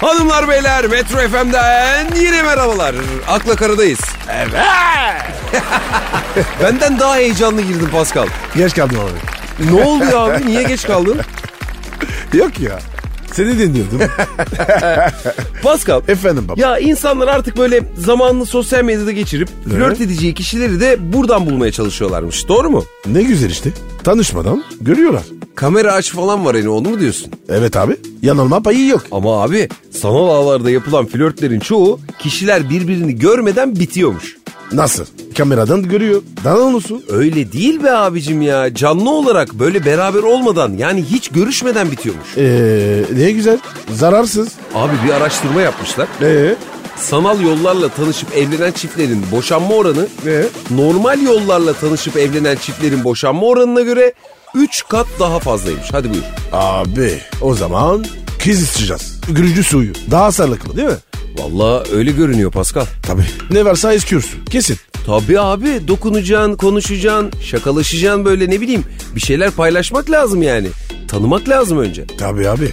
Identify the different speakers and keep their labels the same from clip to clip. Speaker 1: Hanımlar beyler Metro FM'den yine merhabalar. Akla karadayız.
Speaker 2: Evet.
Speaker 1: Benden daha heyecanlı girdin Pascal.
Speaker 2: Geç kaldım abi.
Speaker 1: Ne oldu ya abi niye geç kaldın?
Speaker 2: Yok ya. Seni dinliyordum.
Speaker 1: Pascal.
Speaker 2: Efendim baba.
Speaker 1: Ya insanlar artık böyle zamanını sosyal medyada geçirip flört edeceği kişileri de buradan bulmaya çalışıyorlarmış. Doğru mu?
Speaker 2: Ne güzel işte. Tanışmadan görüyorlar.
Speaker 1: Kamera aç falan var hani onu mu diyorsun?
Speaker 2: Evet abi. Yanılma payı yok.
Speaker 1: Ama abi sanal ağlarda yapılan flörtlerin çoğu kişiler birbirini görmeden bitiyormuş.
Speaker 2: Nasıl? Kameradan görüyor. Daha olsun.
Speaker 1: Öyle değil be abicim ya. Canlı olarak böyle beraber olmadan yani hiç görüşmeden bitiyormuş.
Speaker 2: Eee Ee, ne güzel. Zararsız. Ee,
Speaker 1: Abi bir araştırma yapmışlar.
Speaker 2: Eee?
Speaker 1: Sanal yollarla tanışıp evlenen çiftlerin boşanma oranı
Speaker 2: Ee?
Speaker 1: normal yollarla tanışıp evlenen çiftlerin boşanma oranına göre 3 kat daha fazlaymış. Hadi buyur.
Speaker 2: Abi o zaman kız isteyeceğiz. Gürücü suyu. Daha sağlıklı değil mi?
Speaker 1: Vallahi öyle görünüyor Pascal.
Speaker 2: Tabii. Ne varsa istiyorsun. Kesin.
Speaker 1: Tabii abi dokunacaksın, konuşacaksın, şakalaşacaksın böyle ne bileyim bir şeyler paylaşmak lazım yani. Tanımak lazım önce.
Speaker 2: Tabii abi.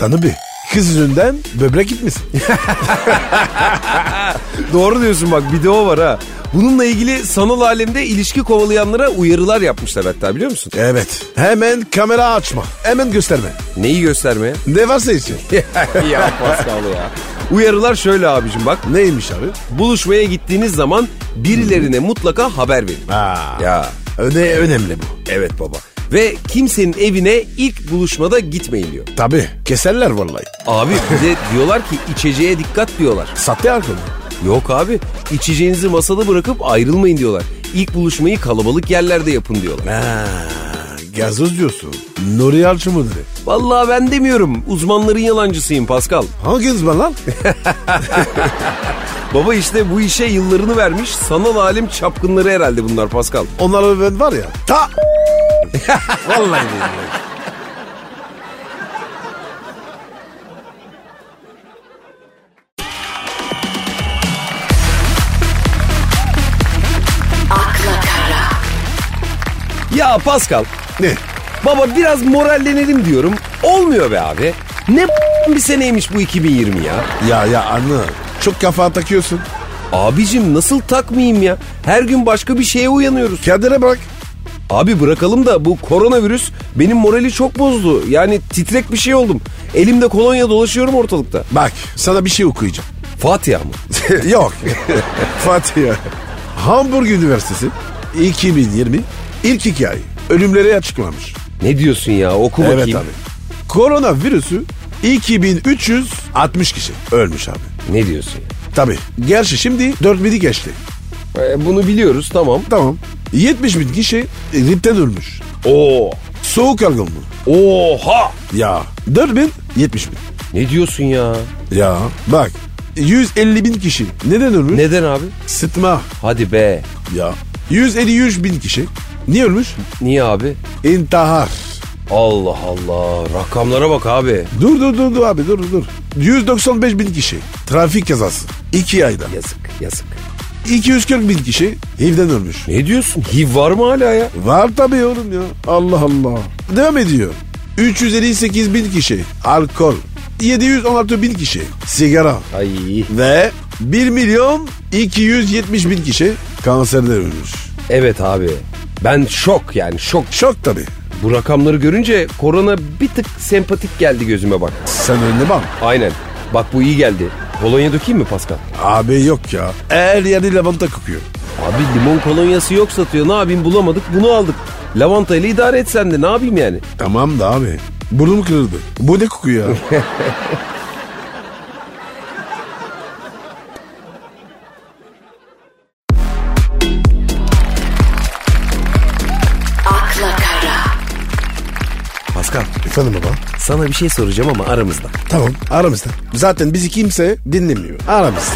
Speaker 2: Tanı bir. Kız yüzünden böbrek gitmesin.
Speaker 1: Doğru diyorsun bak bir de o var ha. Bununla ilgili sanal alemde ilişki kovalayanlara uyarılar yapmışlar hatta biliyor musun?
Speaker 2: evet. Hemen kamera açma. Hemen gösterme.
Speaker 1: Neyi göstermeye?
Speaker 2: Ne varsa istiyor.
Speaker 1: ya Pascal ya. Uyarılar şöyle abicim bak.
Speaker 2: Neymiş abi?
Speaker 1: Buluşmaya gittiğiniz zaman birilerine mutlaka haber verin.
Speaker 2: Ha.
Speaker 1: Ya
Speaker 2: Öne, önemli bu.
Speaker 1: evet baba. Ve kimsenin evine ilk buluşmada gitmeyin diyor.
Speaker 2: Tabii. Keserler vallahi.
Speaker 1: Abi bize diyorlar ki içeceğe dikkat diyorlar.
Speaker 2: Sahte alkol.
Speaker 1: Yok abi içeceğinizi masada bırakıp ayrılmayın diyorlar. İlk buluşmayı kalabalık yerlerde yapın diyorlar.
Speaker 2: Ha. Gazoz diyorsun. Nuri Yalçın mıdır?
Speaker 1: Vallahi ben demiyorum uzmanların yalancısıyım Pascal.
Speaker 2: Hangi uzman lan?
Speaker 1: Baba işte bu işe yıllarını vermiş sanal alim çapkınları herhalde bunlar Pascal.
Speaker 2: Onlara ben var ya. Ta. vallahi billahi.
Speaker 1: Ya Pascal
Speaker 2: Ne?
Speaker 1: Baba biraz morallenelim diyorum. Olmuyor be abi. Ne bir seneymiş bu 2020 ya.
Speaker 2: Ya ya anne. Çok kafa takıyorsun.
Speaker 1: Abicim nasıl takmayayım ya? Her gün başka bir şeye uyanıyoruz.
Speaker 2: Kendine bak.
Speaker 1: Abi bırakalım da bu koronavirüs benim morali çok bozdu. Yani titrek bir şey oldum. Elimde kolonya dolaşıyorum ortalıkta.
Speaker 2: Bak sana bir şey okuyacağım.
Speaker 1: Fatiha mı?
Speaker 2: Yok. Fatih. Hamburg Üniversitesi 2020 ilk hikaye. Ölümleri açıklamış.
Speaker 1: Ne diyorsun ya oku bakayım.
Speaker 2: Evet abi. Koronavirüsü 2360 kişi ölmüş abi.
Speaker 1: Ne diyorsun ya?
Speaker 2: Tabii. Gerçi şimdi 4000'i geçti.
Speaker 1: E, bunu biliyoruz tamam.
Speaker 2: Tamam. 70 bin kişi gripten ölmüş.
Speaker 1: Oo.
Speaker 2: Soğuk algınlığı.
Speaker 1: Oha.
Speaker 2: Ya 4000 70 bin.
Speaker 1: Ne diyorsun ya?
Speaker 2: Ya bak 150 bin kişi neden ölmüş?
Speaker 1: Neden abi?
Speaker 2: Sıtma.
Speaker 1: Hadi be.
Speaker 2: Ya 153 bin kişi niye ölmüş?
Speaker 1: Niye abi?
Speaker 2: İntihar.
Speaker 1: Allah Allah. Rakamlara bak abi.
Speaker 2: Dur dur dur dur abi dur dur. 195 bin kişi trafik kazası. 2 ayda.
Speaker 1: Yazık yazık.
Speaker 2: 240 bin kişi evden ölmüş.
Speaker 1: Ne diyorsun? HIV var mı hala ya?
Speaker 2: Var tabii oğlum ya. Allah Allah. Devam ediyor. 358 bin kişi alkol. 716 bin kişi sigara.
Speaker 1: Ay.
Speaker 2: Ve 1 milyon 270 bin kişi kanserden ölmüş.
Speaker 1: Evet abi. Ben şok yani şok.
Speaker 2: Şok tabii.
Speaker 1: Bu rakamları görünce korona bir tık sempatik geldi gözüme bak.
Speaker 2: Sen önüne bak.
Speaker 1: Aynen. Bak bu iyi geldi. Kolonya dökeyim mi Pascal?
Speaker 2: Abi yok ya. Her yerde lavanta kokuyor.
Speaker 1: Abi limon kolonyası yok satıyor. Ne yapayım bulamadık bunu aldık. Lavanta ile idare etsen de ne yapayım yani?
Speaker 2: Tamam da abi. Burnum kırıldı. Bu ne kokuyor ya?
Speaker 1: Pascal
Speaker 2: Efendim baba.
Speaker 1: sana bir şey soracağım ama aramızda.
Speaker 2: Tamam aramızda. Zaten bizi kimse dinlemiyor. Aramızda.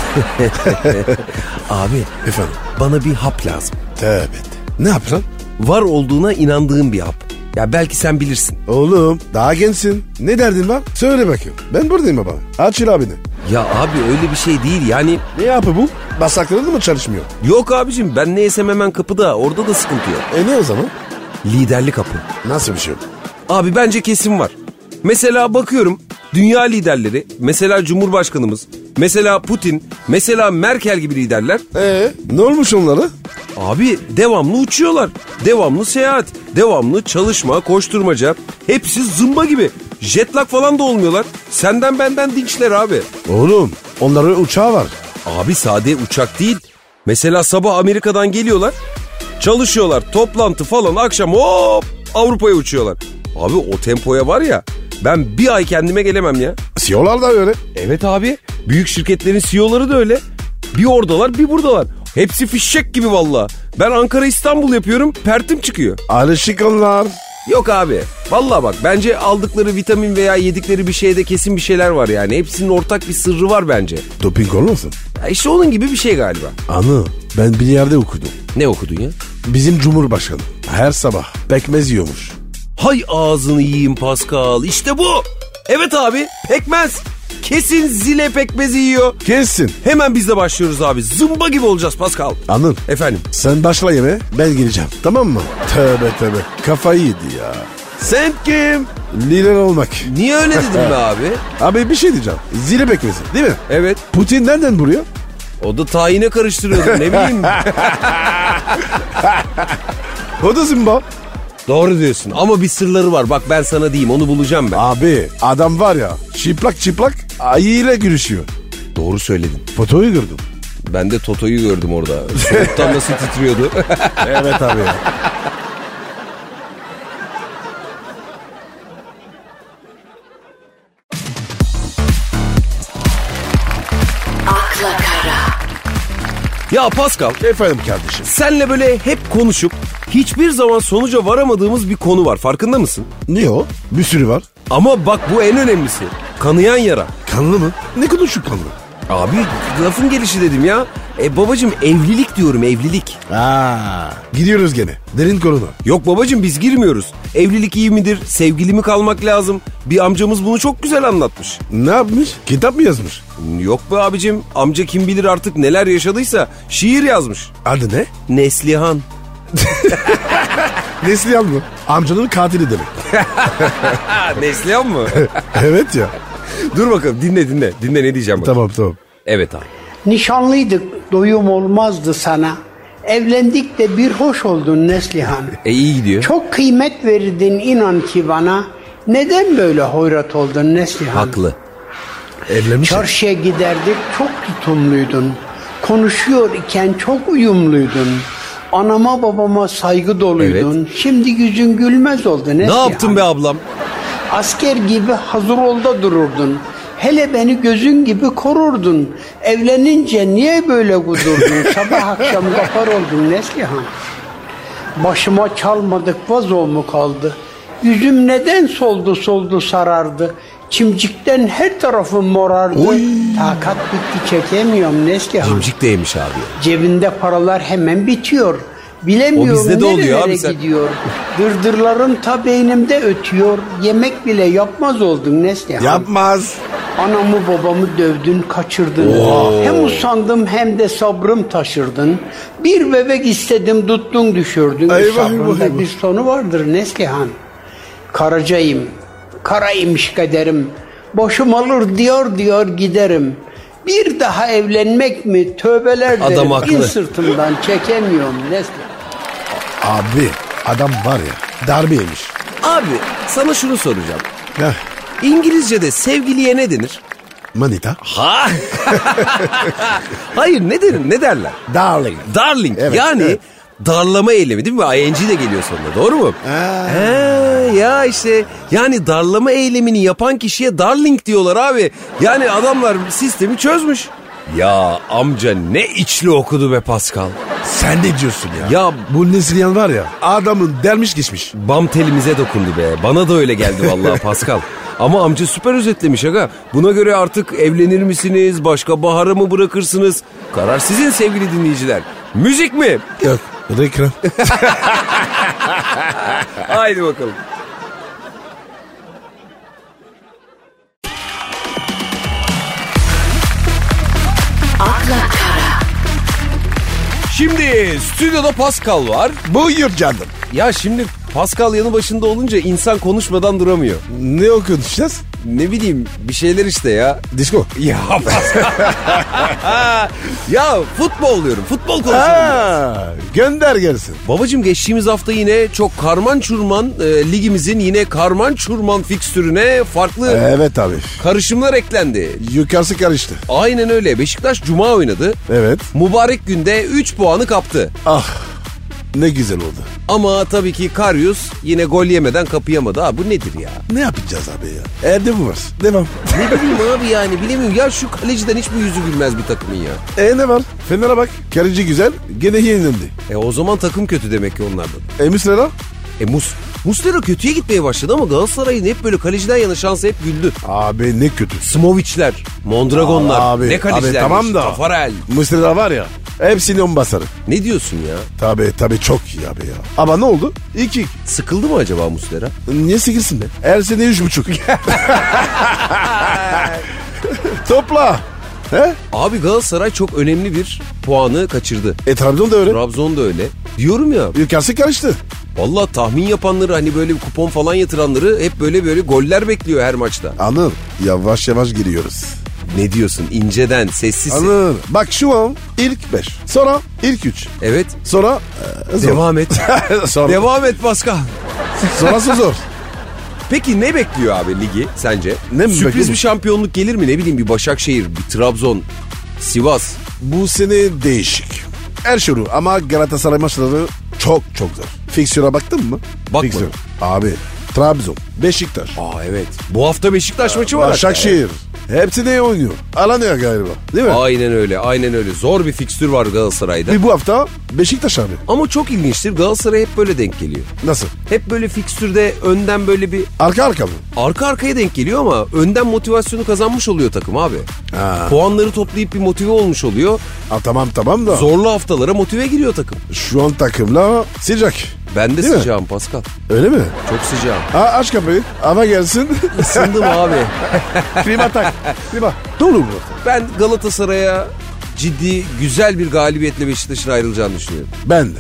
Speaker 1: Abi
Speaker 2: Efendim.
Speaker 1: bana bir hap lazım.
Speaker 2: Tövbe. et. Ne yapacaksın?
Speaker 1: Var olduğuna inandığım bir hap. Ya belki sen bilirsin.
Speaker 2: Oğlum daha gençsin. Ne derdin var? Söyle bakayım. Ben buradayım baba. Açıl abini.
Speaker 1: Ya abi öyle bir şey değil yani.
Speaker 2: Ne yapı bu? Basakları da mı çalışmıyor?
Speaker 1: Yok abicim ben neysem hemen kapıda orada da sıkıntı yok.
Speaker 2: E ne o zaman?
Speaker 1: Liderlik kapı.
Speaker 2: Nasıl bir şey?
Speaker 1: Abi bence kesin var. Mesela bakıyorum Dünya liderleri mesela Cumhurbaşkanımız, mesela Putin, mesela Merkel gibi liderler
Speaker 2: Ee, ne olmuş onlara?
Speaker 1: Abi devamlı uçuyorlar. Devamlı seyahat, devamlı çalışma, koşturmaca. Hepsi zımba gibi. Jetlag falan da olmuyorlar. Senden benden dinçler abi.
Speaker 2: Oğlum onların uçağı var.
Speaker 1: Abi sade uçak değil. Mesela sabah Amerika'dan geliyorlar. Çalışıyorlar, toplantı falan akşam hop Avrupa'ya uçuyorlar. Abi o tempoya var ya ben bir ay kendime gelemem ya.
Speaker 2: CEO'lar da öyle.
Speaker 1: Evet abi büyük şirketlerin CEO'ları da öyle. Bir oradalar bir buradalar. Hepsi fişek gibi valla. Ben Ankara İstanbul yapıyorum pertim çıkıyor.
Speaker 2: Alışık onlar.
Speaker 1: Yok abi. Valla bak bence aldıkları vitamin veya yedikleri bir şeyde kesin bir şeyler var yani. Hepsinin ortak bir sırrı var bence.
Speaker 2: Doping olmasın?
Speaker 1: Ya işte onun gibi bir şey galiba.
Speaker 2: Anı ben bir yerde okudum.
Speaker 1: Ne okudun ya?
Speaker 2: Bizim Cumhurbaşkanı her sabah pekmez yiyormuş.
Speaker 1: Hay ağzını yiyeyim Pascal. İşte bu. Evet abi pekmez. Kesin zile pekmezi yiyor.
Speaker 2: Kesin.
Speaker 1: Hemen biz de başlıyoruz abi. Zımba gibi olacağız Pascal.
Speaker 2: Anıl
Speaker 1: Efendim.
Speaker 2: e, sen başla yeme ben geleceğim tamam mı? Tövbe tövbe kafayı yedi ya.
Speaker 1: Sen kim?
Speaker 2: Lider olmak.
Speaker 1: Niye öyle dedin be abi?
Speaker 2: Abi bir şey diyeceğim. Zile pekmezi değil mi? E,
Speaker 1: Evet.
Speaker 2: Putin nereden vuruyor?
Speaker 1: O da tayine karıştırıyordu ne bileyim.
Speaker 2: O da zımba.
Speaker 1: Doğru diyorsun ama bir sırları var. Bak ben sana diyeyim onu bulacağım ben.
Speaker 2: Abi adam var ya çıplak çıplak ayıyla görüşüyor.
Speaker 1: Doğru söyledin.
Speaker 2: Fotoyu gördüm.
Speaker 1: Ben de Toto'yu gördüm orada. Soğuktan nasıl titriyordu.
Speaker 2: Evet abi.
Speaker 3: akla kara,
Speaker 1: ya Pascal,
Speaker 2: Efendim kardeşim.
Speaker 1: senle böyle hep konuşup hiçbir zaman sonuca varamadığımız bir konu var. Farkında mısın?
Speaker 2: Niye o? Bir sürü var.
Speaker 1: Ama bak bu en önemlisi. Kanayan yara.
Speaker 2: Kanlı mı? Ne kadar şu kanlı?
Speaker 1: Abi lafın gelişi dedim ya. E babacım evlilik diyorum evlilik.
Speaker 2: Aa, gidiyoruz gene. Derin korona.
Speaker 1: Yok babacım biz girmiyoruz. Evlilik iyi midir? Sevgili mi kalmak lazım? Bir amcamız bunu çok güzel anlatmış.
Speaker 2: Ne yapmış? Kitap mı yazmış?
Speaker 1: Yok be abicim amca kim bilir artık neler yaşadıysa şiir yazmış.
Speaker 2: Adı ne?
Speaker 1: Neslihan.
Speaker 2: Neslihan mı? Amcanın katili demek.
Speaker 1: Ha Neslihan mı?
Speaker 2: evet ya.
Speaker 1: Dur bakalım dinle dinle. Dinle ne diyeceğim bak.
Speaker 2: Tamam tamam.
Speaker 1: Evet abi.
Speaker 4: Nişanlıydık doyum olmazdı sana. Evlendik de bir hoş oldun Neslihan.
Speaker 1: E iyi gidiyor.
Speaker 4: Çok kıymet verdin inan ki bana. Neden böyle hoyrat oldun Neslihan?
Speaker 1: Haklı.
Speaker 2: Evlenmiş. ya.
Speaker 4: Çarşıya giderdik çok tutumluydun. Konuşuyor iken çok uyumluydun. Anama babama saygı doluydun. Şimdi yüzün gülmez oldu
Speaker 1: Ne
Speaker 4: Neslihan.
Speaker 1: yaptın be ablam?
Speaker 4: Asker gibi hazır olda dururdun. Hele beni gözün gibi korurdun. Evlenince niye böyle kudurdun? Sabah akşam kapar oldun Neslihan. Başıma çalmadık vazo mu kaldı? Yüzüm neden soldu soldu sarardı? Çimcikten her tarafım morardı.
Speaker 2: Oy.
Speaker 4: Takat bitti çekemiyorum Neslihan.
Speaker 1: Cimcik değmiş abi.
Speaker 4: Cebinde paralar hemen bitiyor. Bilemiyorum
Speaker 1: O bizde de oluyor
Speaker 4: nerelere
Speaker 1: abi sen-
Speaker 4: gidiyor. Dırdırlarım ta beynimde ötüyor. Yemek bile yapmaz oldun Neslihan.
Speaker 2: Yapmaz.
Speaker 4: Anamı babamı dövdün, kaçırdın. Hem usandım hem de sabrım taşırdın. Bir bebek istedim, tuttun, düşürdün.
Speaker 2: Eyvah,
Speaker 4: Sabrında
Speaker 2: eyvah, eyvah.
Speaker 4: bir sonu vardır Neslihan. Karacayım, karaymış kaderim. Boşum olur diyor diyor giderim. Bir daha evlenmek mi? Tövbeler
Speaker 1: Adam
Speaker 4: derim.
Speaker 1: haklı.
Speaker 4: Bir sırtımdan çekemiyorum Neslihan.
Speaker 2: Abi adam var ya darbe yemiş.
Speaker 1: Abi sana şunu soracağım.
Speaker 2: Heh,
Speaker 1: İngilizce'de sevgiliye ne denir?
Speaker 2: manita.
Speaker 1: Ha? Hayır ne denir ne derler?
Speaker 2: Darling.
Speaker 1: Darling
Speaker 2: Evet,
Speaker 1: yani
Speaker 2: evet.
Speaker 1: darlama eylemi değil mi? ING de geliyor sonunda doğru mu? He, ya işte yani darlama eylemini yapan kişiye darling diyorlar abi. Yani adamlar sistemi çözmüş. Ya amca ne içli okudu be Pascal.
Speaker 2: Sen ne diyorsun ya?
Speaker 1: Ya
Speaker 2: bu Neslihan var ya adamın dermiş geçmiş.
Speaker 1: bam telimize dokundu be. Bana da öyle geldi vallahi Pascal. Ama amca süper özetlemiş aga. Buna göre artık evlenir misiniz? Başka bahara mı bırakırsınız? Karar sizin sevgili dinleyiciler. Müzik mi?
Speaker 2: Yok. Reklam.
Speaker 1: Haydi bakalım.
Speaker 3: akla kara,
Speaker 1: Şimdi stüdyoda Pascal var.
Speaker 2: Buyur canım.
Speaker 1: Ya şimdi Pascal yanı başında olunca insan konuşmadan duramıyor.
Speaker 2: Ne okuyacağız?
Speaker 1: ne bileyim bir şeyler işte ya.
Speaker 2: Disko.
Speaker 1: Ya Pascal. ya futbol diyorum. Futbol konuşalım.
Speaker 2: Ha, gönder gelsin.
Speaker 1: Babacım geçtiğimiz hafta yine çok karman çurman e, ligimizin yine karman çurman fikstürüne farklı
Speaker 2: Evet abi.
Speaker 1: karışımlar eklendi.
Speaker 2: Yukarısı karıştı.
Speaker 1: Aynen öyle. Beşiktaş cuma oynadı.
Speaker 2: Evet.
Speaker 1: Mübarek günde 3 puanı kaptı.
Speaker 2: Ah ne güzel oldu.
Speaker 1: Ama tabii ki Karius yine gol yemeden kapayamadı. Abi bu nedir ya?
Speaker 2: Ne yapacağız abi ya? Erde mi var? Devam.
Speaker 1: Ne bileyim abi yani bilemiyorum. Ya şu kaleciden hiç mi yüzü gülmez bir takımın ya?
Speaker 2: E ne var? Fener'e bak. Kaleci güzel. Gene yenildi.
Speaker 1: E o zaman takım kötü demek ki onlardan.
Speaker 2: E Müslera?
Speaker 1: E Mus Muslera kötüye gitmeye başladı ama Galatasaray'ın hep böyle kaleciden yana şansı hep güldü.
Speaker 2: Abi ne kötü.
Speaker 1: Smoviçler, Mondragonlar,
Speaker 2: Abi,
Speaker 1: ne kaleciler.
Speaker 2: abi tamam da.
Speaker 1: Tafarel.
Speaker 2: Müslera var ya. Hepsini on basarı.
Speaker 1: Ne diyorsun ya?
Speaker 2: Tabi tabi çok iyi abi ya. Ama ne oldu? İki.
Speaker 1: Sıkıldı mı acaba Muslera?
Speaker 2: Niye sikilsin be? Her sene üç buçuk. Topla. He?
Speaker 1: Abi Galatasaray çok önemli bir puanı kaçırdı.
Speaker 2: E Trabzon da öyle.
Speaker 1: Trabzon da öyle. Diyorum ya
Speaker 2: Yukarısı karıştı.
Speaker 1: valla tahmin yapanları hani böyle bir kupon falan yatıranları hep böyle böyle goller bekliyor her maçta.
Speaker 2: Anıl yavaş yavaş giriyoruz.
Speaker 1: Ne diyorsun inceden sessiz.
Speaker 2: Anıl bak şu an ilk beş. Sonra ilk üç.
Speaker 1: Evet
Speaker 2: Sonra e, zor.
Speaker 1: devam et.
Speaker 2: sonra,
Speaker 1: devam et Pascal.
Speaker 2: sonrası zor.
Speaker 1: Peki ne bekliyor abi ligi sence?
Speaker 2: Ne mi
Speaker 1: Sürpriz
Speaker 2: bekliyor?
Speaker 1: bir şampiyonluk gelir mi? Ne bileyim bir Başakşehir, bir Trabzon, Sivas.
Speaker 2: Bu sene değişik. Her şey olur ama Galatasaray maçları çok çok zor. Fiksiyona baktın mı?
Speaker 1: Bakmadım.
Speaker 2: Fiksiyona. Abi Trabzon, Beşiktaş,
Speaker 1: Aa evet. Bu hafta Beşiktaş maçı var.
Speaker 2: Başakşehir. Hepsi de iyi oynuyor. Alanıyor galiba. Değil mi?
Speaker 1: hatta. Aynen öyle, aynen öyle. Zor bir fikstür var Galatasaray'da.
Speaker 2: Bir bu hafta Beşiktaş abi.
Speaker 1: Ama çok ilginçtir. Galatasaray hep böyle denk geliyor.
Speaker 2: Nasıl?
Speaker 1: Hep böyle fikstürde önden böyle bir
Speaker 2: Arka arka mı?
Speaker 1: arka arkaya denk geliyor ama önden motivasyonu kazanmış oluyor takım abi.
Speaker 2: Ha.
Speaker 1: Puanları toplayıp bir motive olmuş oluyor.
Speaker 2: Ha, tamam tamam da
Speaker 1: Zorlu haftalara motive giriyor takım.
Speaker 2: şu an takımla sıcak.
Speaker 1: Ben de
Speaker 2: Değil mi?
Speaker 1: sıcağım Pascal.
Speaker 2: Öyle mi?
Speaker 1: Çok sıcağım.
Speaker 2: Ha, aç kapıyı. Ama gelsin.
Speaker 1: Isındım abi.
Speaker 2: Klima tak. Klima. Doğru mu?
Speaker 1: Ben Galatasaray'a ciddi güzel bir galibiyetle Beşiktaş'ın ayrılacağını düşünüyorum.
Speaker 2: Ben de.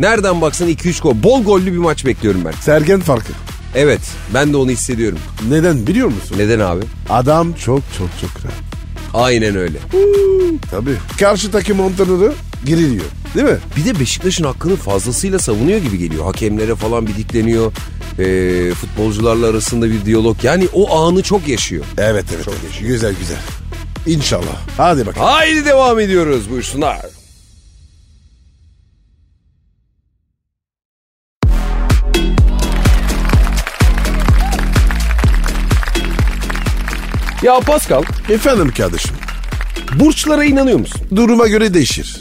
Speaker 1: Nereden baksan 2-3 gol. Bol gollü bir maç bekliyorum ben.
Speaker 2: Sergen farkı.
Speaker 1: Evet ben de onu hissediyorum.
Speaker 2: Neden biliyor musun?
Speaker 1: Neden abi?
Speaker 2: Adam çok çok çok rahat.
Speaker 1: Aynen öyle.
Speaker 2: Tabii. Karşı takım antrenörü giriliyor. Değil mi?
Speaker 1: Bir de Beşiktaş'ın hakkını fazlasıyla savunuyor gibi geliyor. Hakemlere falan bir dikleniyor. Ee, futbolcularla arasında bir diyalog. Yani o anı çok yaşıyor.
Speaker 2: Evet evet. evet. Güzel güzel. İnşallah. Hadi bakalım.
Speaker 1: Haydi devam ediyoruz buyursunlar. Ya Pascal,
Speaker 2: Efendim kardeşim.
Speaker 1: burçlara inanıyor musun?
Speaker 2: Duruma göre değişir.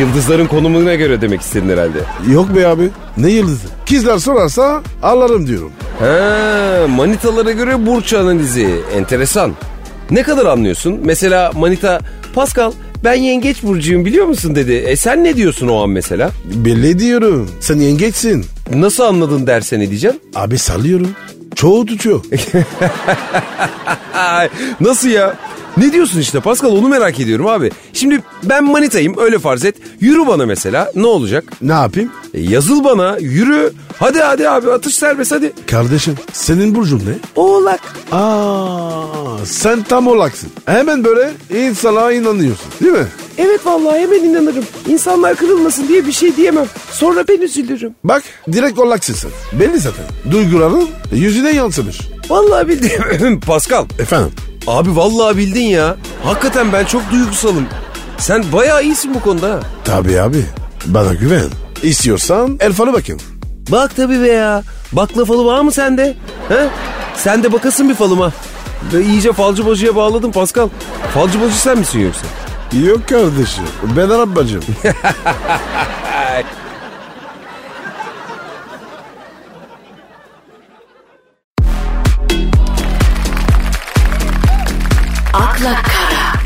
Speaker 1: Yıldızların konumuna göre demek istedin herhalde.
Speaker 2: Yok be abi. Ne yıldızı? Kızlar sorarsa alırım diyorum.
Speaker 1: Ha, manitalara göre burç analizi. Enteresan. Ne kadar anlıyorsun? Mesela manita, Pascal ben yengeç burcuyum biliyor musun dedi. E sen ne diyorsun o an mesela?
Speaker 2: Belli diyorum. Sen yengeçsin.
Speaker 1: Nasıl anladın dersen diyeceğim.
Speaker 2: Abi sallıyorum. Çoğu tutuyor. E,
Speaker 1: Ay, nasıl ya? Ne diyorsun işte Pascal onu merak ediyorum abi. Şimdi ben manitayım öyle farz et. Yürü bana mesela ne olacak?
Speaker 2: ne yapayım?
Speaker 1: E, yazıl bana yürü. Hadi hadi abi atış serbest hadi.
Speaker 2: Kardeşim senin burcun ne?
Speaker 1: Oğlak.
Speaker 2: Aa, sen tam olaksın. Hemen böyle insana inanıyorsun değil mi?
Speaker 1: Evet vallahi hemen inanırım. İnsanlar kırılmasın diye bir şey diyemem. Sonra ben üzülürüm.
Speaker 2: Bak direkt olaksın sen. Belli zaten. Duyguların yüzüne yansımış.
Speaker 1: Vallahi bildim. Pascal.
Speaker 2: Efendim?
Speaker 1: Abi vallahi bildin ya. Hakikaten ben çok duygusalım. Sen bayağı iyisin bu konuda. ha.
Speaker 2: Tabii abi. Bana güven. İstiyorsan Elfan'a bakın.
Speaker 1: Bak tabii be ya. Bakla falı var mı sende? He? Sen de bakasın bir falıma. Ve iyice falcı bacıya bağladım Pascal. Falcı bacı sen misin yoksa?
Speaker 2: Yok kardeşim. Ben Arap bacım.
Speaker 3: akla kara,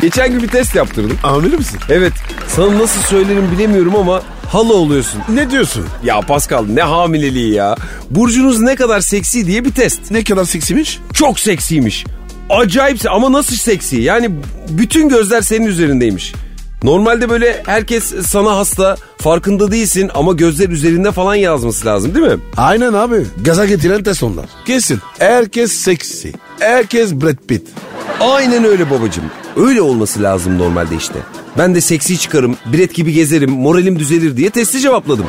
Speaker 1: Geçen gün bir test yaptırdım.
Speaker 2: Amiri misin?
Speaker 1: Evet sana nasıl söylerim bilemiyorum ama hala oluyorsun.
Speaker 2: Ne diyorsun?
Speaker 1: Ya Pascal ne hamileliği ya. Burcunuz ne kadar seksi diye bir test.
Speaker 2: Ne kadar seksimiş?
Speaker 1: Çok seksiymiş. Acayip se- ama nasıl seksi? Yani bütün gözler senin üzerindeymiş. Normalde böyle herkes sana hasta farkında değilsin ama gözler üzerinde falan yazması lazım değil mi?
Speaker 2: Aynen abi. Gaza getiren test onlar. Kesin. Herkes seksi. Herkes Brad Pitt.
Speaker 1: Aynen öyle babacığım. Öyle olması lazım normalde işte. Ben de seksi çıkarım, biret gibi gezerim, moralim düzelir diye testi cevapladım.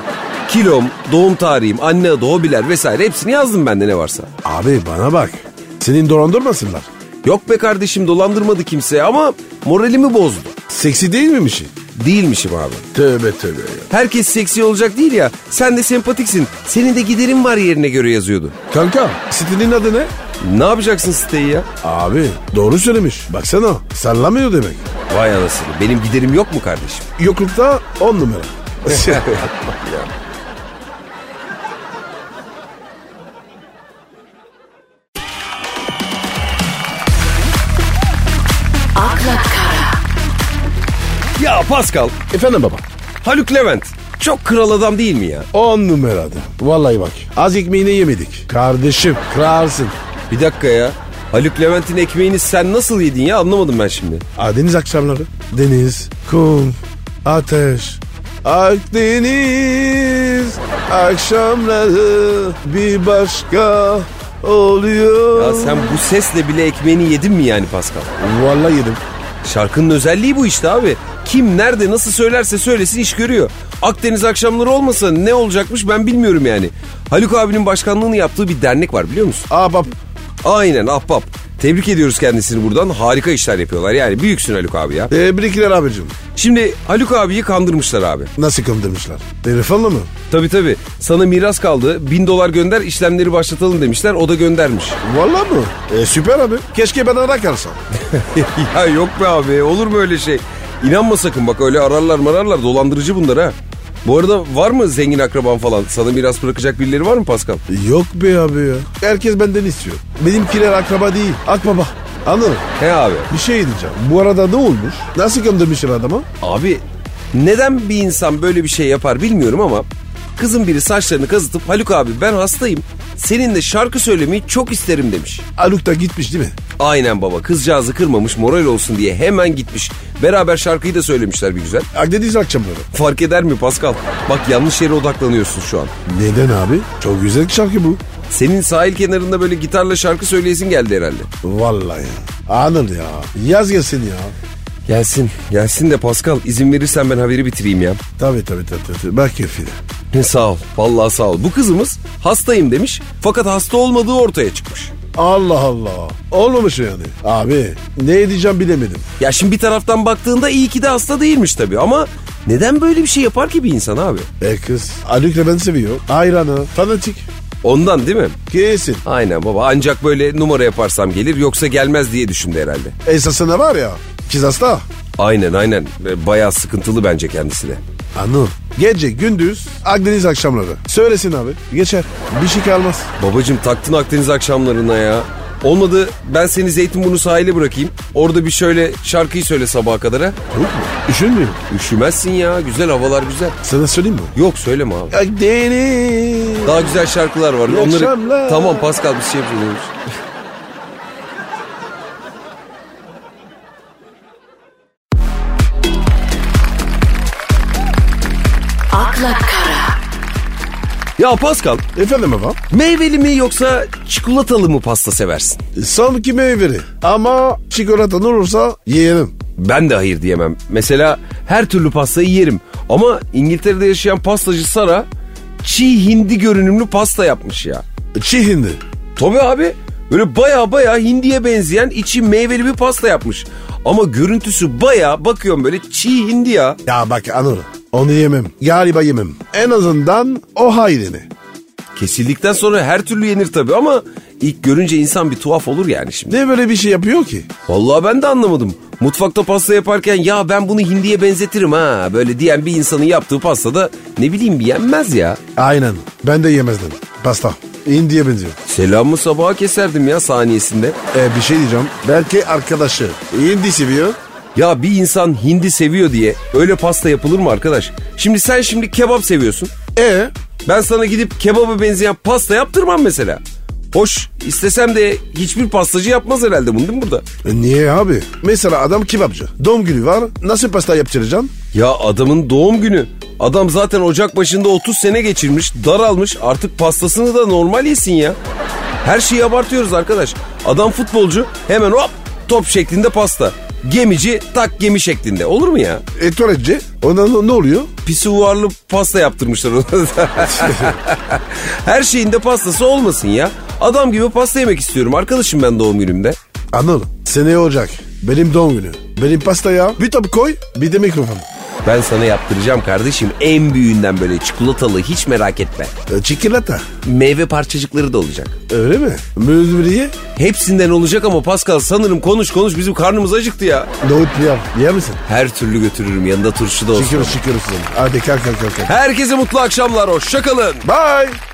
Speaker 1: Kilom, doğum tarihim, anne adı, hobiler vesaire hepsini yazdım bende ne varsa.
Speaker 2: Abi bana bak. Senin dolandırmasınlar.
Speaker 1: Yok be kardeşim dolandırmadı kimse ama moralimi bozdu.
Speaker 2: Seksi değil miymiş?
Speaker 1: Değilmişim abi.
Speaker 2: Tövbe tövbe ya.
Speaker 1: Herkes seksi olacak değil ya. Sen de sempatiksin. Senin de giderin var yerine göre yazıyordu.
Speaker 2: Kanka sitenin adı ne?
Speaker 1: Ne yapacaksın siteyi ya?
Speaker 2: Abi doğru söylemiş. Baksana sallamıyor demek.
Speaker 1: Vay anasını. Benim giderim yok mu kardeşim?
Speaker 2: Yoklukta on numara.
Speaker 3: akla kara,
Speaker 1: Ya Pascal,
Speaker 2: Efendim baba.
Speaker 1: Haluk Levent çok kral adam değil mi ya?
Speaker 2: On numarada. Vallahi bak. Az ekmeğini yemedik. Kardeşim kralsın.
Speaker 1: Bir dakika ya. Haluk Levent'in ekmeğini sen nasıl yedin ya anlamadım ben şimdi.
Speaker 2: Aa, deniz akşamları. Deniz, kum, ateş. Akdeniz akşamları bir başka oluyor.
Speaker 1: Ya sen bu sesle bile ekmeğini yedin mi yani Pascal?
Speaker 2: Vallahi yedim.
Speaker 1: Şarkının özelliği bu işte abi. Kim nerede nasıl söylerse söylesin iş görüyor. Akdeniz akşamları olmasa ne olacakmış ben bilmiyorum yani. Haluk abinin başkanlığını yaptığı bir dernek var biliyor musun?
Speaker 2: Aa bab.
Speaker 1: Aynen ahbap. Tebrik ediyoruz kendisini buradan. Harika işler yapıyorlar yani. Büyüksün Haluk abi ya.
Speaker 2: Tebrikler abicim.
Speaker 1: Şimdi Haluk abiyi kandırmışlar abi.
Speaker 2: Nasıl kandırmışlar? Telefonla mı?
Speaker 1: Tabii tabii. Sana miras kaldı. Bin dolar gönder işlemleri başlatalım demişler. O da göndermiş.
Speaker 2: Vallahi mı? E, süper abi. Keşke bana rakarsan.
Speaker 1: ya yok be abi olur mu öyle şey? İnanma sakın bak öyle ararlar mararlar dolandırıcı bunlar ha. Bu arada var mı zengin akraban falan? Sana miras bırakacak birileri var mı Pascal?
Speaker 2: Yok be abi ya. Herkes benden istiyor. Benimkiler akraba değil. Akbaba. Anladın mı?
Speaker 1: He abi.
Speaker 2: Bir şey diyeceğim. Bu arada ne olmuş? Nasıl kandırmışlar adamı?
Speaker 1: Abi neden bir insan böyle bir şey yapar bilmiyorum ama kızın biri saçlarını kazıtıp Haluk abi ben hastayım. Seninle şarkı söylemeyi çok isterim demiş.
Speaker 2: Aluk da gitmiş değil mi?
Speaker 1: Aynen baba kızcağızı kırmamış moral olsun diye hemen gitmiş. Beraber şarkıyı da söylemişler bir güzel.
Speaker 2: Akdeniz akşamları.
Speaker 1: Fark eder mi Pascal? Bak yanlış yere odaklanıyorsun şu an.
Speaker 2: Neden abi? Çok güzel şarkı bu.
Speaker 1: Senin sahil kenarında böyle gitarla şarkı söyleyesin geldi herhalde.
Speaker 2: Vallahi ya. Anıl ya. Yaz gelsin ya.
Speaker 1: Gelsin. Gelsin de Pascal izin verirsen ben haberi bitireyim ya.
Speaker 2: Tabii tabii tabii. tabii. Bak keyfine.
Speaker 1: Ne sağ ol. Vallahi sağ ol. Bu kızımız hastayım demiş fakat hasta olmadığı ortaya çıkmış.
Speaker 2: Allah Allah. Olmamış yani. Abi ne edeceğim bilemedim.
Speaker 1: Ya şimdi bir taraftan baktığında iyi ki de hasta değilmiş tabii ama neden böyle bir şey yapar ki bir insan abi?
Speaker 2: E kız Aluk'la ben seviyor. Hayranı. Fanatik.
Speaker 1: Ondan değil mi?
Speaker 2: Kesin.
Speaker 1: Aynen baba ancak böyle numara yaparsam gelir yoksa gelmez diye düşündü herhalde.
Speaker 2: Esasına var ya. Kız hasta.
Speaker 1: Aynen aynen. E, Bayağı sıkıntılı bence kendisi de.
Speaker 2: Anıl. Gece gündüz Akdeniz akşamları. Söylesin abi. Geçer. Bir şey kalmaz.
Speaker 1: Babacım taktın Akdeniz akşamlarına ya. Olmadı ben seni Zeytinburnu sahile bırakayım. Orada bir şöyle şarkıyı söyle sabaha kadar ha.
Speaker 2: Yok mu? Üşünmüyor.
Speaker 1: Üşümezsin ya güzel havalar güzel.
Speaker 2: Sana söyleyeyim mi?
Speaker 1: Yok söyleme abi.
Speaker 2: Akdeniz.
Speaker 1: Daha güzel şarkılar var.
Speaker 2: İyi akşamlar.
Speaker 1: Tamam Pascal bir şey yapıyoruz.
Speaker 3: akla kara,
Speaker 1: Ya Pascal
Speaker 2: Efendim baba?
Speaker 1: meyveli mi yoksa çikolatalı mı pasta seversin?
Speaker 2: Son ki meyveli. Ama çikolatan olursa yiyelim.
Speaker 1: Ben de hayır diyemem. Mesela her türlü pastayı yerim. Ama İngiltere'de yaşayan pastacı Sara çiğ hindi görünümlü pasta yapmış ya.
Speaker 2: Çiğ hindi.
Speaker 1: Tabii abi. Böyle baya baya hindiye benzeyen içi meyveli bir pasta yapmış. Ama görüntüsü baya bakıyorum böyle çiğ hindi ya.
Speaker 2: Ya bak Anıl. Onu yemem. Galiba yemem. En azından o hayrını.
Speaker 1: Kesildikten sonra her türlü yenir tabii ama ilk görünce insan bir tuhaf olur yani şimdi.
Speaker 2: Ne böyle bir şey yapıyor ki?
Speaker 1: Vallahi ben de anlamadım. Mutfakta pasta yaparken ya ben bunu hindiye benzetirim ha böyle diyen bir insanın yaptığı pastada ne bileyim yenmez ya.
Speaker 2: Aynen. Ben de yemezdim. Pasta. Hindiye benziyor.
Speaker 1: Selamı sabaha keserdim ya saniyesinde.
Speaker 2: E, bir şey diyeceğim. Belki arkadaşı hindi seviyor.
Speaker 1: Ya bir insan hindi seviyor diye öyle pasta yapılır mı arkadaş? Şimdi sen şimdi kebap seviyorsun.
Speaker 2: E
Speaker 1: Ben sana gidip kebaba benzeyen pasta yaptırmam mesela. Hoş istesem de hiçbir pastacı yapmaz herhalde bunu değil mi burada?
Speaker 2: E niye abi? Mesela adam kebapçı. Doğum günü var. Nasıl pasta yaptıracaksın?
Speaker 1: Ya adamın doğum günü. Adam zaten ocak başında 30 sene geçirmiş, daralmış. Artık pastasını da normal yesin ya. Her şeyi abartıyoruz arkadaş. Adam futbolcu hemen hop top şeklinde pasta. Gemici tak gemi şeklinde. Olur mu ya?
Speaker 2: E tuvaletçi. Ondan sonra ne oluyor?
Speaker 1: Pisuvarlı pasta yaptırmışlar ona da. Her şeyin de pastası olmasın ya. Adam gibi pasta yemek istiyorum arkadaşım ben doğum günümde.
Speaker 2: Anıl. Seneye olacak. Benim doğum günü. Benim pasta ya. Bir top koy. Bir de mikrofon.
Speaker 1: Ben sana yaptıracağım kardeşim en büyüğünden böyle çikolatalı hiç merak etme.
Speaker 2: E, çikolata.
Speaker 1: Meyve parçacıkları da olacak.
Speaker 2: Öyle mi? Müzmiriye.
Speaker 1: Hepsinden olacak ama Pascal sanırım konuş konuş bizim karnımız acıktı ya.
Speaker 2: Nohut pilav. Yer misin?
Speaker 1: Her türlü götürürüm yanında turşu da olsun.
Speaker 2: Çıkıyoruz çıkıyoruz. Hadi kalk kalk kalk. kalk.
Speaker 1: Herkese mutlu akşamlar hoşçakalın.
Speaker 2: Bye.